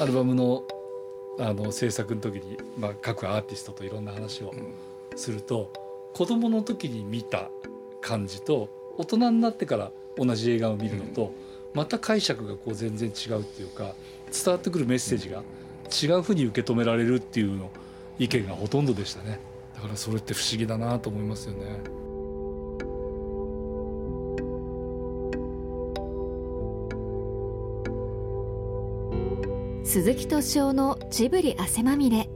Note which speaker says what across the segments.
Speaker 1: アルバムのあの制作の時に、まあ、各アーティストといろんな話をすると、子どもの時に見た感じと大人になってから同じ映画を見るのと、また解釈がこう全然違うっていうか伝わってくるメッセージが違うふうに受け止められるっていうの意見がほとんどでしたねだからそれって不思議だなと思いますよね。
Speaker 2: 鈴木敏夫のジブリ汗まみれ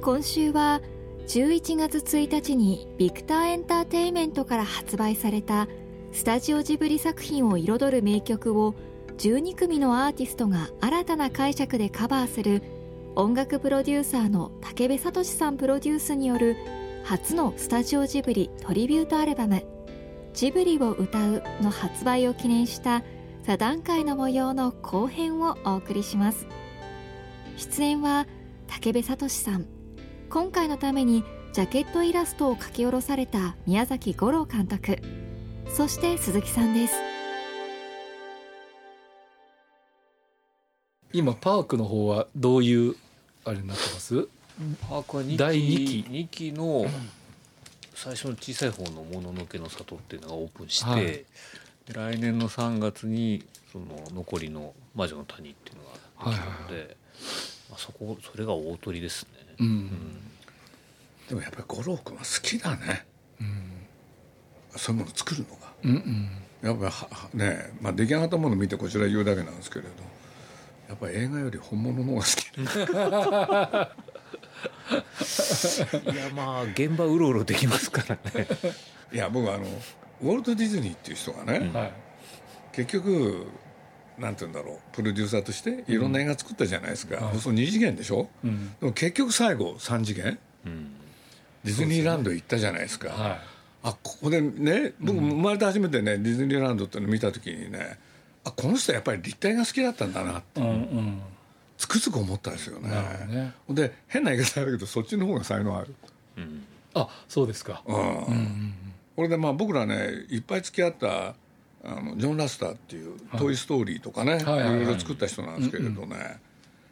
Speaker 2: 今週は11月1日にビクターエンターテイメントから発売されたスタジオジブリ作品を彩る名曲を12組のアーティストが新たな解釈でカバーする音楽プロデューサーの武部聡さんプロデュースによる初のスタジオジブリトリビュートアルバム「ジブリを歌う」の発売を記念した座談会の模様の後編をお送りします。出演は武部聡さん今回のためにジャケットイラストを描き下ろされた宮崎吾郎監督そして鈴木さんです
Speaker 1: 今パークの方はどういうあれになってます
Speaker 3: パークは2期
Speaker 1: 第二期
Speaker 3: 二期の最初の小さい方の「もののけの里」っていうのがオープンして、
Speaker 1: はい
Speaker 3: で来年の3月にその残りの「魔女の谷」っていうのができたので、まあ、そこそれが大鳥ですね。
Speaker 1: うん
Speaker 4: でもやっぱり五郎君は好きだね
Speaker 1: うん
Speaker 4: そういうもの作るのが
Speaker 1: うんうん
Speaker 4: やっぱりははねまあ出来上がったもの見てこちら言うだけなんですけれどやっぱり映画より本物の方が好き
Speaker 3: いやまあ現場うろうろできますからね。
Speaker 4: いや僕あのウォルト・ディズニーっていう人がね、
Speaker 3: うん
Speaker 1: はい
Speaker 4: 結局なんて言うんだろうプロデューサーとしていろんな映画作ったじゃないですか、そう2次元でしょ
Speaker 1: うん
Speaker 4: でも結局最後3次元
Speaker 3: うん
Speaker 4: ディズニーランド行ったじゃないですか
Speaker 1: は
Speaker 4: あここでね僕生まれて初めてね、ディズニーランドっていうのを見た時にねあこの人はやっぱり立体が好きだったんだなって
Speaker 1: いうんうん
Speaker 4: つくづく思ったんですよね
Speaker 1: なるほどね
Speaker 4: で変な言い方だけどそっちの方が才能ある、
Speaker 3: うん
Speaker 1: あそうですか
Speaker 4: うん
Speaker 1: うんうん
Speaker 4: これでまあ僕らねいっぱい付き合ったあのジョン・ラスターっていう「トイ・ストーリー」とかね、
Speaker 1: はい
Speaker 4: い
Speaker 1: はいはい
Speaker 4: ろいろ作った人なんですけれどね、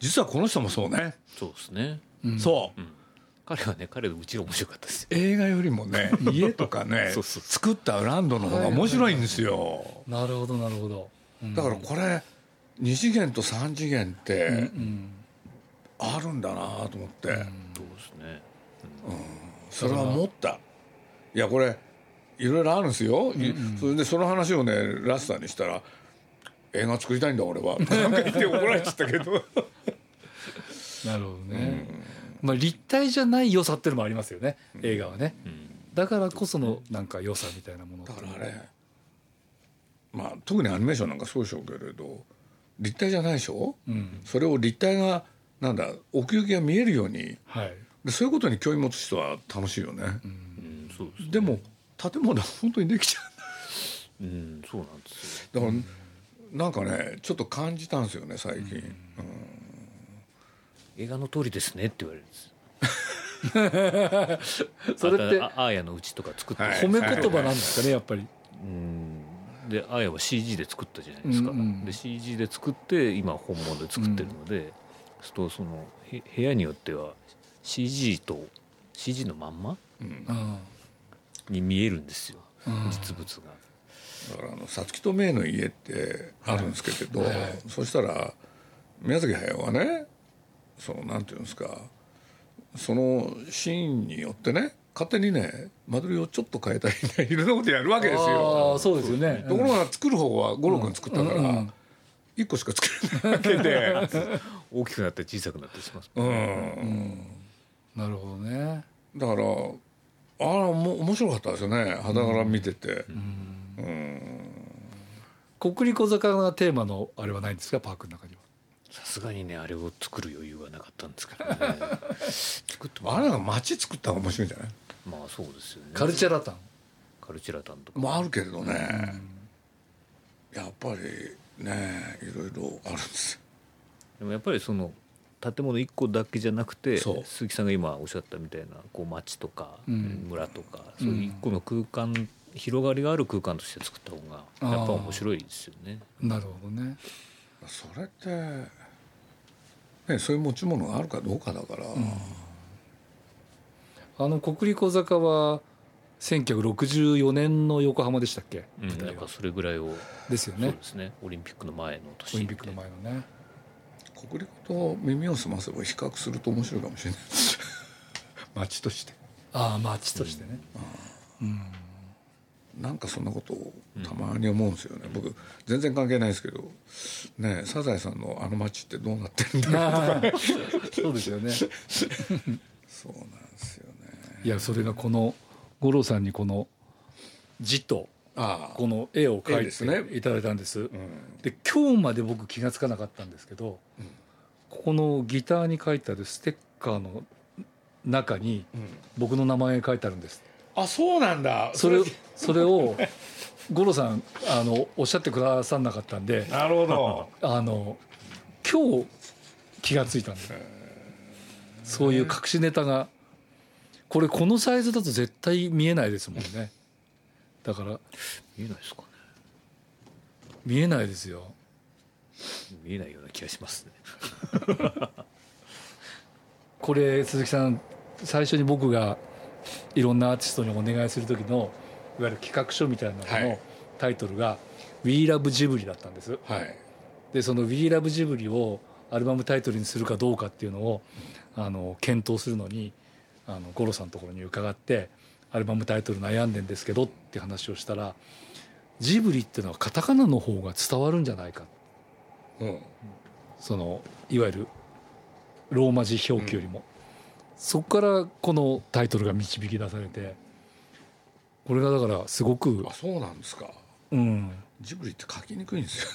Speaker 4: 実はこの人もそうね、
Speaker 3: そうですね。
Speaker 1: うん
Speaker 4: そう
Speaker 3: うん彼はね彼のうちが面白かったですよ。
Speaker 4: 映画よりもね家と かね
Speaker 3: そうそう
Speaker 4: 作ったランドの方が面白いんですよ、
Speaker 1: なるほどなるほど、うん
Speaker 4: だからこれ2次元と3次元っ
Speaker 1: うんう
Speaker 4: て
Speaker 1: ん
Speaker 4: あるんだなと思って、
Speaker 3: そうですね。
Speaker 4: それは思ったいやこれいろいろあるんですよ、いそれでその話をねラスターにしたら「映画作りたいんだ俺は」なんか言って怒られちゃったけど
Speaker 1: なるほどね、まあ立体じゃない良さっていうのもありますよね映画はね、
Speaker 3: うん
Speaker 1: だからこそのなんか良さみたいなものって
Speaker 4: だ
Speaker 1: いうの
Speaker 4: から
Speaker 1: は
Speaker 4: あれまあ特にアニメーションなんかそうでしょうけれど立体じゃないでしょ、
Speaker 1: うん
Speaker 4: それを立体がなんだ奥行きが見えるように
Speaker 1: はい
Speaker 4: でそういうことに興味持つ人は楽しいよね、
Speaker 3: うんそうですね。
Speaker 4: でも建物は本当にできちゃう
Speaker 3: うんそうなんですよ。
Speaker 4: だから、なんかねちょっと感じたんですよね最近、
Speaker 3: 映画の通りですねって言われるんです。
Speaker 1: それって
Speaker 3: あああーやのうちとか作った、
Speaker 4: はい
Speaker 1: 褒め言葉なんですかねやっぱり
Speaker 3: うんであーやは CG で作ったじゃないですか、
Speaker 1: うんうん
Speaker 3: で CG で作って今本物で作ってるので、するとそのへ部屋によっては CG と CG のまんま
Speaker 4: うん
Speaker 1: うん
Speaker 3: に見えるんです
Speaker 1: う
Speaker 3: よ、
Speaker 1: ん
Speaker 3: 実物が
Speaker 4: だからあの皐月とめいの家ってあるんですけれど、そしたら宮崎駿はねそのなんていうんですかそのシーンによってね勝手にね間取りをちょっと変えたりねいろんなことやるわけです
Speaker 1: あ
Speaker 4: よ
Speaker 1: あ。そうですよね
Speaker 4: ところが作る方は五郎君作ったか
Speaker 1: うんう
Speaker 4: ら
Speaker 1: ん
Speaker 4: 一個しか作れないわけ で、
Speaker 3: 大きくなって小さくなってします、
Speaker 4: うん、
Speaker 1: なるほどね
Speaker 4: だからああおも面白かったですよね肌から見てて、
Speaker 1: 国立小坂がテーマのあれはないんですかパークの中には
Speaker 3: さすがにねあれを作る余裕はなかったんですけ どね作っても
Speaker 4: あれなんか街作ったら面白いんじゃない
Speaker 3: まあそうですよね
Speaker 1: カルチャラタン
Speaker 3: カルチュラタンとか
Speaker 4: もあるけれどね、やっぱりねいろいろあるんですよ
Speaker 3: でもやっぱりその建物一個だけじゃなくて
Speaker 4: そう
Speaker 3: 鈴木さんが今おっしゃったみたいなこう町とか
Speaker 1: うん
Speaker 3: 村とか、そういう一個の空間広がりがある空間として作った方がやっぱ面白いですよね。
Speaker 1: なるほどね
Speaker 4: それってね、そういう持ち物があるかどうかだから、
Speaker 1: あの国立小坂は1964年の横浜でしたっけ、
Speaker 3: うん、
Speaker 1: 舞台
Speaker 3: な
Speaker 1: は
Speaker 3: んかそれぐらいを、
Speaker 1: ですよ
Speaker 3: そう
Speaker 1: ね
Speaker 3: ですねオリンピックの前の年
Speaker 1: オリンピックの前のね
Speaker 4: 国立と耳を澄ませば比較すると面白いかもしれない街として
Speaker 1: ああ街としてね、
Speaker 4: なんかそんなことをたまに思うんですよね、僕全然関係ないですけどねえサザエさんのあの街ってどうなってるんだろう
Speaker 1: ああ そうですよね
Speaker 4: そうなんですよね
Speaker 1: いやそれがこの五郎さんにこの字と
Speaker 4: あ
Speaker 1: この絵を
Speaker 4: 絵です
Speaker 1: 描い
Speaker 4: ね
Speaker 1: ていただいたんです
Speaker 4: うん、
Speaker 1: で今日まで僕気がつかなかったんですけど、ここのギターに書いてあるステッカーの中に僕の名前が書いてあるんです
Speaker 4: あそうなんだ
Speaker 1: それそれを五郎さんあのおっしゃってくださんなかったんで
Speaker 4: なるほど
Speaker 1: あの今日気がついたんですそういう隠しネタがこれこのサイズだと絶対見えないですもんねだから
Speaker 3: 見えないですかね
Speaker 1: 見えないですよ
Speaker 3: 見えないような気がしますね
Speaker 1: これ鈴木さん最初に僕がいろんなアーティストにお願いする時のいわゆる企画書みたいなの
Speaker 4: は
Speaker 1: の
Speaker 4: い
Speaker 1: タイトルが「WeLoveJibri」だったんです
Speaker 4: はい
Speaker 1: でその「WeLoveJibri」をアルバムタイトルにするかどうかっていうのをあの検討するのにあの五郎さんのところに伺ってアルバムタイトル悩んでんですけどって話をしたら「ジブリ」っていうのはカタカナの方が伝わるんじゃないか
Speaker 4: うん
Speaker 1: そのいわゆるローマ字表記よりも、そこからこのタイトルが導き出されてこれがだからすごく
Speaker 4: あ、そうなんですか
Speaker 1: うん、
Speaker 4: ジブリって書きにくいんですよね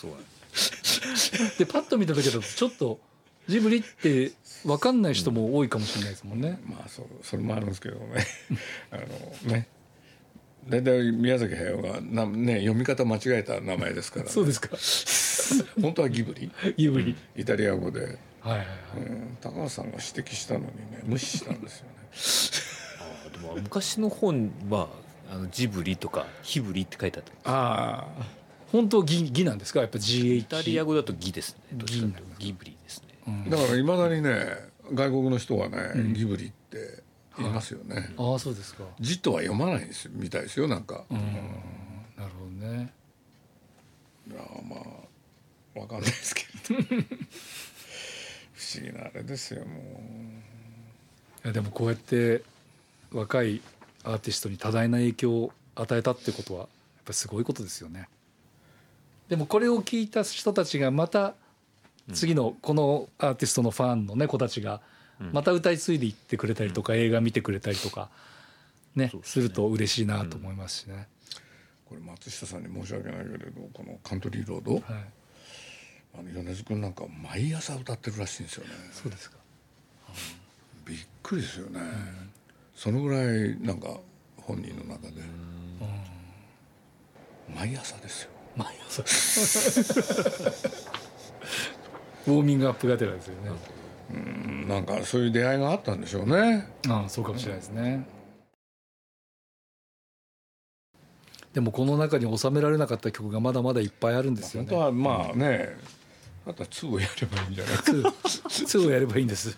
Speaker 3: そうなんです
Speaker 1: でパッと見ただけだとちょっとジブリって分かんない人も多いかもしれないですもんね。
Speaker 4: まあそうそれもあるんですけどね あのね大体宮崎駿がな、ね、読み方間違えた名前ですから、
Speaker 1: そうですか
Speaker 4: 本当はギブリ
Speaker 1: ジブリ、
Speaker 4: イタリア語で、
Speaker 1: はいはいはい
Speaker 4: うん、高橋さんが指摘したのにね無視したんですよね
Speaker 3: あーでも昔の本はあのジブリとかヒブリって書いてあった
Speaker 4: ああ
Speaker 1: 本当ギギなんですかやっぱ GH
Speaker 3: イタリア語だとギですねどっちか
Speaker 1: ギ
Speaker 3: と
Speaker 1: になり
Speaker 3: いう
Speaker 1: ま
Speaker 3: とギブリですね、
Speaker 4: だからいまだにね外国の人はね、ギブリって言いますよね、
Speaker 1: ああそうですか
Speaker 4: 字とは読まないんですよみたいですよなんか、
Speaker 1: なるほどね
Speaker 4: いやまあわかんないですけど不思議なあれですよも
Speaker 1: いやでもこうやって若いアーティストに多大な影響を与えたってことはやっぱすごいことですよねでもこれを聞いた人たちがまた次のこのアーティストのファンのね子たちがまた歌い継いでいってくれたりとか映画見てくれたりとかね
Speaker 3: そうです
Speaker 1: すると嬉しいなと思いますしね
Speaker 4: うこれ松下さんに申し訳ないけれどこの「カントリーロード」
Speaker 1: はい
Speaker 4: あの米津君なんか毎朝歌ってるらしいんですよね
Speaker 1: そうですか
Speaker 4: びっくりですよね、そのぐらいなんか本人の中で、毎朝ですよ
Speaker 1: 毎朝 ウォーミングアップがてらですよね
Speaker 4: うんなんかそういう出会いがあったんでしょうね
Speaker 1: ああそうかもしれないですね、でもこの中に収められなかった曲がまだまだいっぱいあるんですよね
Speaker 4: 本当はまあね、あとは2をやればいいんじゃないか
Speaker 1: 2をやればいいんです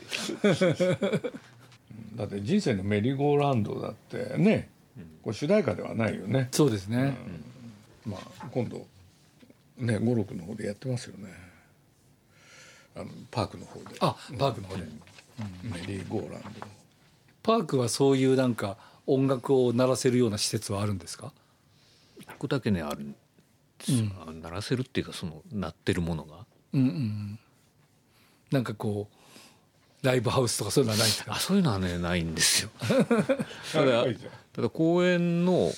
Speaker 4: だって人生のメリーゴーラウンドだってねこれ主題歌ではないよね、
Speaker 1: そうですね、
Speaker 4: まあ今度ね五六の方でやってますよねあのパークの方で
Speaker 1: あパークの方で、
Speaker 4: メリーゴーラウンド
Speaker 1: パークはそういうなんか音楽を鳴らせるような施設はあるんですか
Speaker 3: 一個だけねあるんですよ、あの鳴らせるっていうかその鳴ってるものが
Speaker 1: うんうんうんなんかこうライブハウスとかそういうのはないんですか
Speaker 3: あそういうのはねないんですよ ただ
Speaker 4: はいじゃあ
Speaker 3: ただ公園の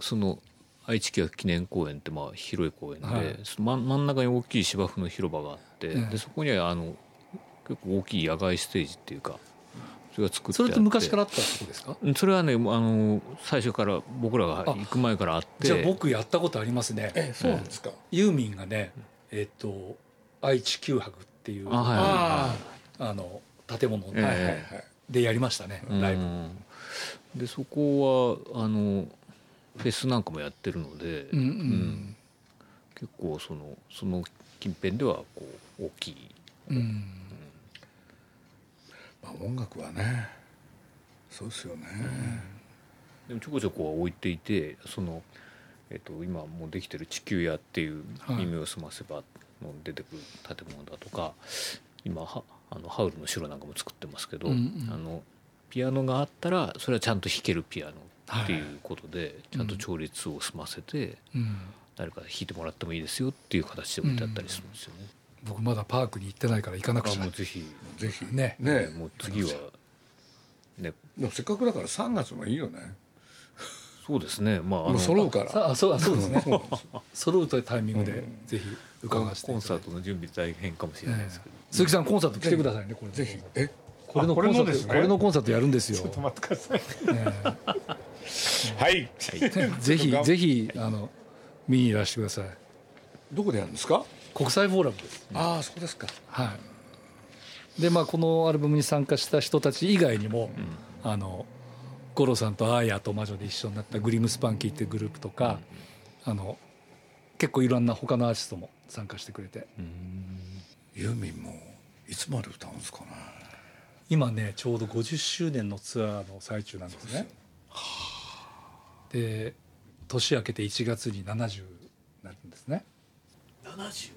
Speaker 3: その愛知企画記念公園ってまあ広い公園で、
Speaker 1: はい
Speaker 3: その真真ん中に大きい芝生の広場があって、
Speaker 1: ええ
Speaker 3: でそこにはあの結構大きい野外ステージっていうかそれが作ってあ
Speaker 1: そ
Speaker 3: っ
Speaker 1: れ
Speaker 3: て
Speaker 1: って昔からあったとこですか
Speaker 3: うんそれはねもうあの最初から僕らが行く前からあって
Speaker 1: じゃあ僕やったことありますね
Speaker 4: えそうなんですか、
Speaker 1: ユーミンがねえっ、と愛知九博っていう
Speaker 3: あはい
Speaker 4: あ
Speaker 1: あの建物
Speaker 4: あ
Speaker 3: え
Speaker 4: は
Speaker 3: はいい
Speaker 4: は
Speaker 3: はいい
Speaker 4: は
Speaker 3: はいい
Speaker 1: でやりましたね、ライブ
Speaker 3: うんでそこはあのフェスなんかもやってるので、
Speaker 1: うんうん
Speaker 3: ん結構そのその近辺ではこう大きい、
Speaker 1: うん
Speaker 4: まあ、音楽はねそうですよね、
Speaker 3: でもちょこちょこは置いていてその、えっと今もうできてる「地球屋」っていう
Speaker 1: はい
Speaker 3: 耳を澄ませばの出てくる建物だとか、今はあのハウルの城なんかも作ってますけど、
Speaker 1: うんうん
Speaker 3: あのピアノがあったらそれはちゃんと弾けるピアノってい
Speaker 1: は
Speaker 3: うことで、ちゃんと調律を済ませて、
Speaker 1: うん、
Speaker 3: 誰か弾いてもらってもいいですよっていう形で置いてあったりするんですよね。
Speaker 1: 僕まだパークに行ってないから行かなく
Speaker 3: あ
Speaker 1: ちゃ
Speaker 3: もうぜひ
Speaker 4: ぜひね
Speaker 1: ね
Speaker 4: え
Speaker 3: もう次はね
Speaker 4: でもせっかくだから3月もいいよね
Speaker 3: そうですねまああ
Speaker 4: もう揃うから
Speaker 1: さあそうあそうですね
Speaker 4: そうなんですよ
Speaker 1: 揃うというタイミングで
Speaker 4: うん
Speaker 1: ぜひ伺わせてい
Speaker 3: コン
Speaker 1: ただ
Speaker 3: サ
Speaker 1: い
Speaker 3: ー
Speaker 1: て
Speaker 3: トの準備大変かもしれないですけど、
Speaker 1: ええ鈴木さんコンサート来てくださいねこれ
Speaker 4: ぜひえ
Speaker 1: これの
Speaker 5: あこ
Speaker 1: コ
Speaker 5: れ
Speaker 1: ンサ
Speaker 5: の
Speaker 1: ー
Speaker 5: です
Speaker 1: ト
Speaker 5: ね
Speaker 1: これのコンサートやるんですよ
Speaker 5: ちょっと待ってください。
Speaker 1: え
Speaker 5: はい。
Speaker 1: えぜひ
Speaker 5: ちょっと頑張
Speaker 1: ぜひあの見にいらしてください
Speaker 4: どこでやるんですか
Speaker 1: 国際フォーラムです
Speaker 4: ああそうですか
Speaker 1: はいでまあこのアルバムに参加した人たち以外にも、あの五郎さんとアーヤと魔女で一緒になったグリムスパンキーってグループとか、あの結構いろんな他のアーティストも参加してくれて
Speaker 4: ユーミンもいつまで歌うんですかね
Speaker 1: 今ねちょうど50周年のツアーの最中なんですね。で年明けて1月に70になるんですね。
Speaker 6: 70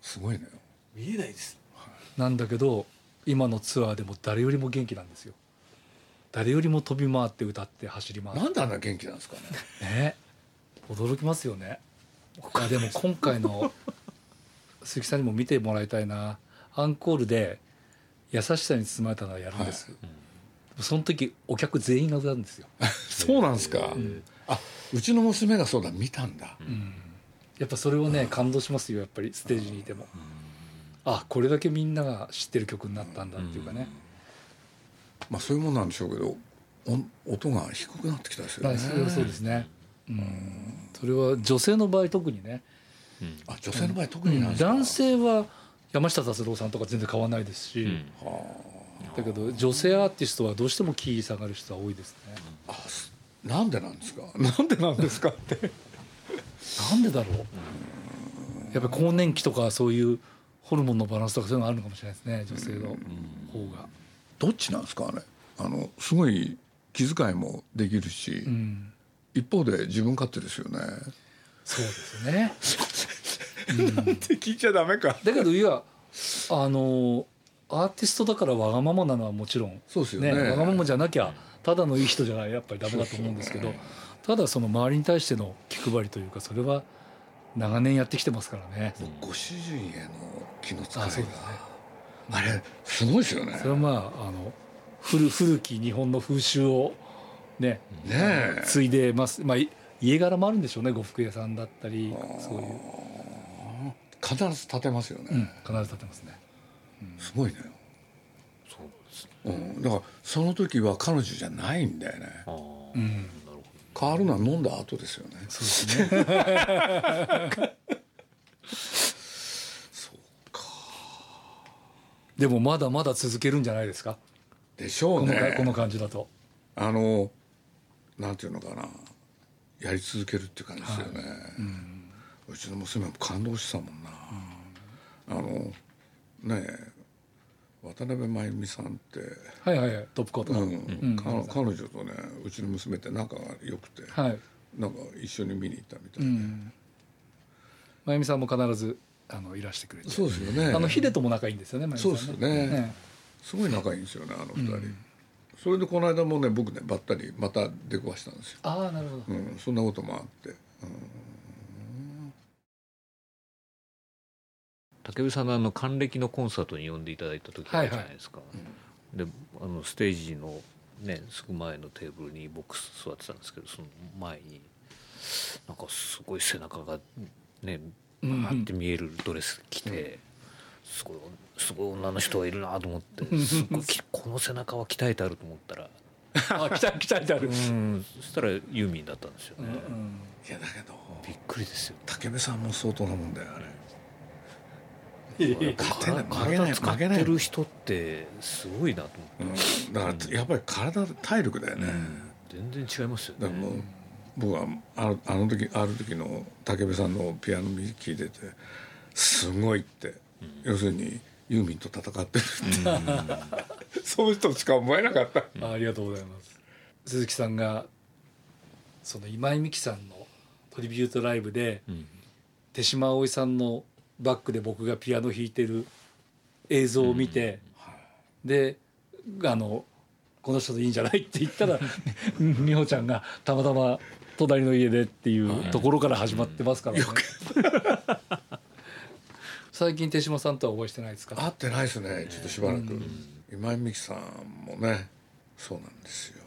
Speaker 4: すごいね
Speaker 6: 見えないです
Speaker 1: なんだけど今のツアーでも誰よりも元気なんですよ。誰よりも飛び回って歌って走り回って
Speaker 4: なんであんな元気なんですか ね
Speaker 1: ね驚きますよねいやでも今回の鈴木さんにも見てもらいたいなアンコールで「優しさに包まれたのはやるんです、その時お客全員が歌うんですよ、
Speaker 4: そうなんですか、あうちの娘がそうだ見たんだ、
Speaker 1: やっぱそれをね感動しますよやっぱりステージにいても、あこれだけみんなが知ってる曲になったんだっていうかね、
Speaker 4: まあそういうもんなんでしょうけどお音が低くなってきたですよ
Speaker 1: ま
Speaker 4: ね
Speaker 1: あそれはそうですね、うん、それは女性の場合特にね
Speaker 4: あ女性の場合特になんですか、
Speaker 1: 男性は山下達郎さんとか全然変わらないですし、
Speaker 3: うん
Speaker 1: だけど女性アーティストはどうしてもキー下がる人は多いですね、
Speaker 4: あすなんでなんですかなんでなんですかって
Speaker 1: なんでだろう、やっぱり更年期とかそういうホルモンのバランスとかそういうのあるのかもしれないですね女性の方が、
Speaker 4: どっちなんですかあれあのすごい気遣いもできるし、
Speaker 1: うん、
Speaker 4: 一方で自分勝手ですよね
Speaker 1: そうですね
Speaker 4: って聞いちゃダメか
Speaker 1: だけどいやあのアーティストだからわがままなのはもちろん
Speaker 4: そうですよね
Speaker 1: わがままじゃなきゃただのいい人じゃないやっぱりダメだと思うんですけどただその周りに対しての気配りというかそれは長年やってきてますからね、
Speaker 4: ご主人への気の使いが
Speaker 1: あ
Speaker 4: あ,、
Speaker 1: そうですね
Speaker 4: れすごいですよね
Speaker 1: それはまああの古古き日本の風習をね
Speaker 4: ねえ
Speaker 1: 継いでます、まあ、い家柄もあるんでしょうね呉服屋さんだったりそういう、
Speaker 4: 必ず立てますよね、
Speaker 1: うん、必ず立ってますね
Speaker 4: すごいね
Speaker 3: そうですね
Speaker 4: うん、だからその時は彼女じゃないんだよね
Speaker 3: ああ、
Speaker 1: ん
Speaker 3: なるほど
Speaker 4: 変わるのは飲んだ後ですよね
Speaker 1: そうですね
Speaker 4: そうか
Speaker 1: でもまだまだ続けるんじゃないですか
Speaker 4: でしょ
Speaker 1: こ
Speaker 4: う
Speaker 1: の,、
Speaker 4: ね
Speaker 1: この感じだと
Speaker 4: あのなんていうのかなやり続けるっていう感じですよね、うちの娘も感動したもんな、あのねえ渡辺真由美さんって、
Speaker 1: はいはいはいトップコート
Speaker 4: う
Speaker 1: の、
Speaker 4: んか彼女とねうちの娘って仲が良くて、
Speaker 1: はい
Speaker 4: なんか一緒に見に行ったみたいで、
Speaker 1: うん真由美さんも必ずあのいらしてくれて、
Speaker 4: そうですよね
Speaker 1: あのヒデとも仲いいんですよね真由美さん
Speaker 4: そうですよね
Speaker 1: ね
Speaker 4: すごい仲いいんですよねあの二人、それでこの間もね僕ねばったりまた出くわしたんですよ、
Speaker 1: ああなるほど
Speaker 4: うん、そんなこともあって、うん
Speaker 3: 武部さんのあの還暦のコンサートに呼んでいただいた時あるじゃないですか、であのステージのねすぐ前のテーブルにボックス座ってたんですけどその前になんかすごい背中がねバーって見えるドレス着て、すごいすごい女の人がいるなと思ってすごい きこの背中は鍛えてあると思ったら
Speaker 1: あ 来た来た来たある、
Speaker 3: うんそしたらユーミンだったんですよね、
Speaker 1: うん
Speaker 4: いやだけど
Speaker 3: びっくりですよ
Speaker 4: 武部さんも相当なもんだよあれ勝てない負けな
Speaker 3: 体
Speaker 4: い
Speaker 3: 使っ
Speaker 4: 負け
Speaker 3: て
Speaker 4: ない
Speaker 3: る人ってすごいなと思って。
Speaker 4: うんだからやっぱり体体力だよね、
Speaker 3: 全然違いますよ
Speaker 4: だから
Speaker 3: ね。
Speaker 4: もう僕はあるあの時ある時の武部さんのピアノ聴いててすごいって、要するにユーミンと戦ってるって、 そういう人しか思えなかった、
Speaker 1: あありがとうございます鈴木さんがその今井美樹さんのトリビュートライブで、手島葵さんのバックで僕がピアノ弾いてる映像を見て、であのこの人でいいんじゃないって言ったら美穂ちゃんがたまたま隣の家でっていうところから始まってますからね。 最近手島さんとはお会いしてないですか
Speaker 4: 会ってないですねちょっとしばらく、今井美樹さんもねそうなんですよ、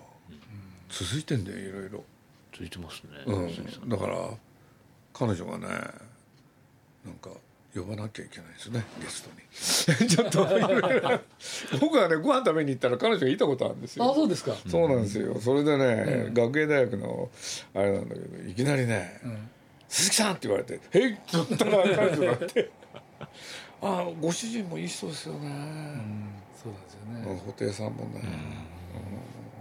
Speaker 4: 続いてんだよいろいろ、
Speaker 3: ついてますね、鈴木さ
Speaker 4: うんん、だから彼女がねなんか呼ばなきゃいけないですねゲストに ちょっといろいろ僕はねご飯食べに行ったら彼女がいたことあるんですよ
Speaker 1: あそうですか、
Speaker 4: そうなんですよ。それでね、学芸大学のあれなんだけど、いきなりね、鈴木さんって言われて、へいって言ったら彼女がって。あ、ご主人もいい人ですよね。
Speaker 1: そうなんですよね、
Speaker 4: うん、布袋さんもね。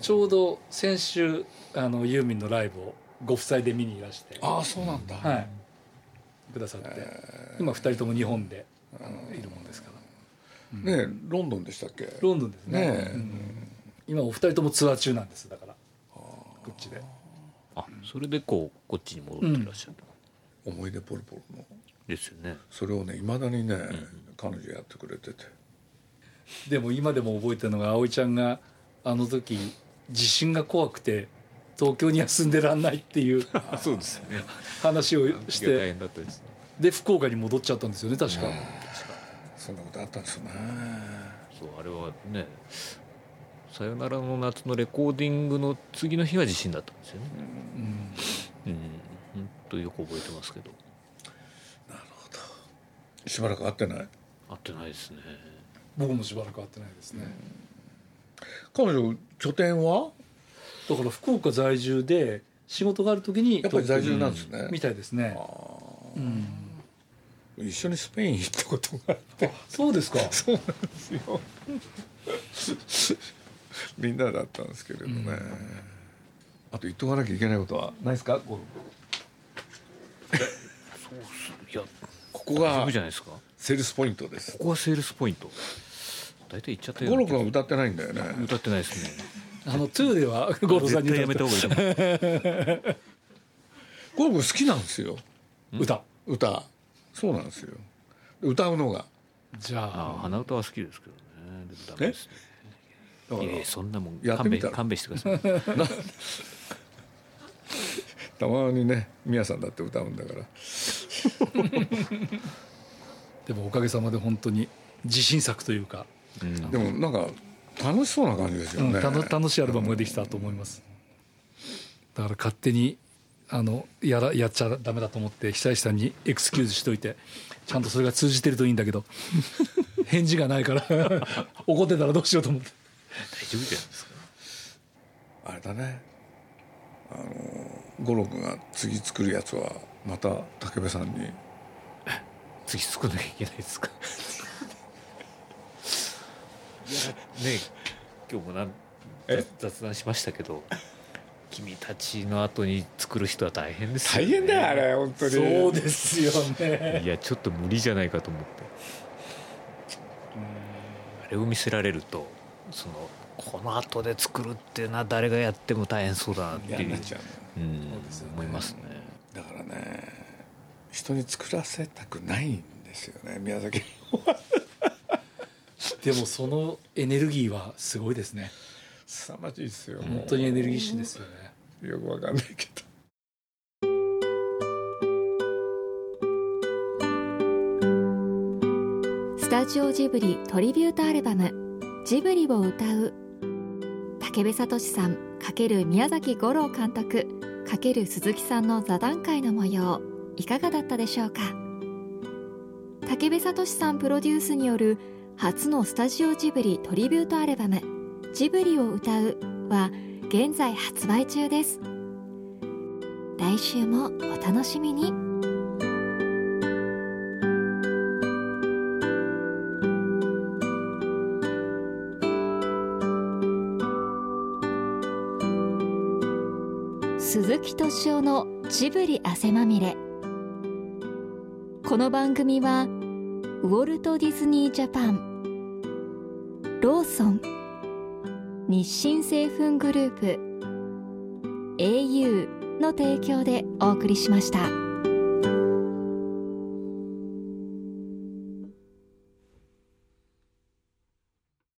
Speaker 1: ちょうど先週あのユーミンのライブをご夫妻で見にいらして、
Speaker 4: ああ、そうなんだ。
Speaker 1: はい、くださって、今2人とも日本であのいるもんですから
Speaker 4: ねえ、ロンドンでしたっけ。
Speaker 1: ロンドンですね
Speaker 4: ねえ
Speaker 1: うん今お二人ともツアー中なんですだからこっちで
Speaker 3: あそれでこうこっちに戻ってらっしゃる、
Speaker 4: 思い出ポルポルの。
Speaker 3: ですよね
Speaker 4: それをね、いまだにね、彼女やってくれてて。
Speaker 1: でも今でも覚えてるのが葵ちゃんがあの時地震が怖くて東京には住んでらんないって いう
Speaker 3: そうですね
Speaker 1: 話をし
Speaker 3: 大
Speaker 1: て
Speaker 3: 変だったですね
Speaker 1: で福岡に戻っちゃったんですよね確か、
Speaker 4: そんなことあったんですよね。
Speaker 3: そうあれはね「さよならの夏」のレコーディングの次の日が地震だったんですよね
Speaker 1: うん
Speaker 3: うんほんとよく覚えてますけど
Speaker 4: しばらく会ってない。
Speaker 3: 合ってないですね
Speaker 1: 僕もしばらく会ってないですね、
Speaker 4: 彼女、拠点は。
Speaker 1: だから福岡在住で仕事がある時に
Speaker 4: やっぱり在住なんですね。
Speaker 1: みたいですね、うん
Speaker 4: 一緒にスペイン行ったことがあって
Speaker 1: そうですか
Speaker 4: みんなだったんですけれどね、あと言っとかなきゃいけないことはないですかこ
Speaker 3: いや
Speaker 4: こ
Speaker 3: 大丈
Speaker 4: が
Speaker 3: 夫じゃないですかこ
Speaker 4: セールスポイントです
Speaker 3: こはセールスポイント大体いっちゃったよ
Speaker 4: 五
Speaker 3: うな
Speaker 4: 郎
Speaker 3: 気が
Speaker 4: 君は歌ってないんだよね
Speaker 3: 歌ってないですね
Speaker 1: あの2では五郎さんに
Speaker 3: 絶対やめた
Speaker 1: 歌
Speaker 3: 方がいいと思う
Speaker 4: 五郎君好きなんですよ
Speaker 1: 歌
Speaker 4: 歌そうなんですよ歌うのが
Speaker 1: じゃ
Speaker 3: あ
Speaker 1: あ
Speaker 3: 鼻歌は好きですけどねでもダメですね
Speaker 4: だから
Speaker 3: いやいやそんなもん
Speaker 4: やってみ
Speaker 3: 勘弁
Speaker 4: たら
Speaker 3: 勘弁してください
Speaker 4: たまにね宮さんだって歌うんだから
Speaker 1: でもおかげさまで本当に自信作というか、
Speaker 4: でもなんか楽しそうな感じですよ
Speaker 1: う
Speaker 4: ね、
Speaker 1: ん、たの楽しいアルバムができたと思いますだから勝手にあのやらやっちゃダメだと思って久石さんにエクスキューズしといてちゃんとそれが通じてるといいんだけ ど返事がないから 怒ってたらどうしようと思って
Speaker 3: 大丈夫じゃないですか
Speaker 4: あれだねあの五郎君が次作るやつはまた武部さんに
Speaker 3: 次作んなきゃいけないですかいやね今日もなん雑雑談しましたけど君たちの後に作る人は大変ですよ、
Speaker 4: 大
Speaker 3: ね、
Speaker 4: 変だよあれ本当に
Speaker 1: そうですよね
Speaker 3: いやちょっと無理じゃないかと思ってあれを見せられるとそのこの後で作るっていうのは誰がやっても大変そうだなって
Speaker 4: 嫌に
Speaker 3: い
Speaker 4: な
Speaker 3: う
Speaker 4: っちゃうの
Speaker 3: うん思いますね
Speaker 4: だからね人に作らせたくないんですよね宮崎
Speaker 1: でもそのエネルギーはすごいですね
Speaker 4: 凄まじいですよ
Speaker 1: 本当にエネルギッシュですよね
Speaker 4: よくわかんないけど
Speaker 2: スタジオジブリトリビュートアルバム「ジブリを歌う」武部聡さん×宮崎吾郎監督×鈴木さんの座談会の模様いかがだったでしょうか武部聡さんプロデュースによる初のスタジオジブリトリビュートアルバム「ジブリを歌う」は現在発売中です来週もお楽しみに鈴木敏夫のジブリ汗まみれこの番組はウォルト・ディズニー・ジャパンローソン日清製粉グループ au の提供でお送りしました。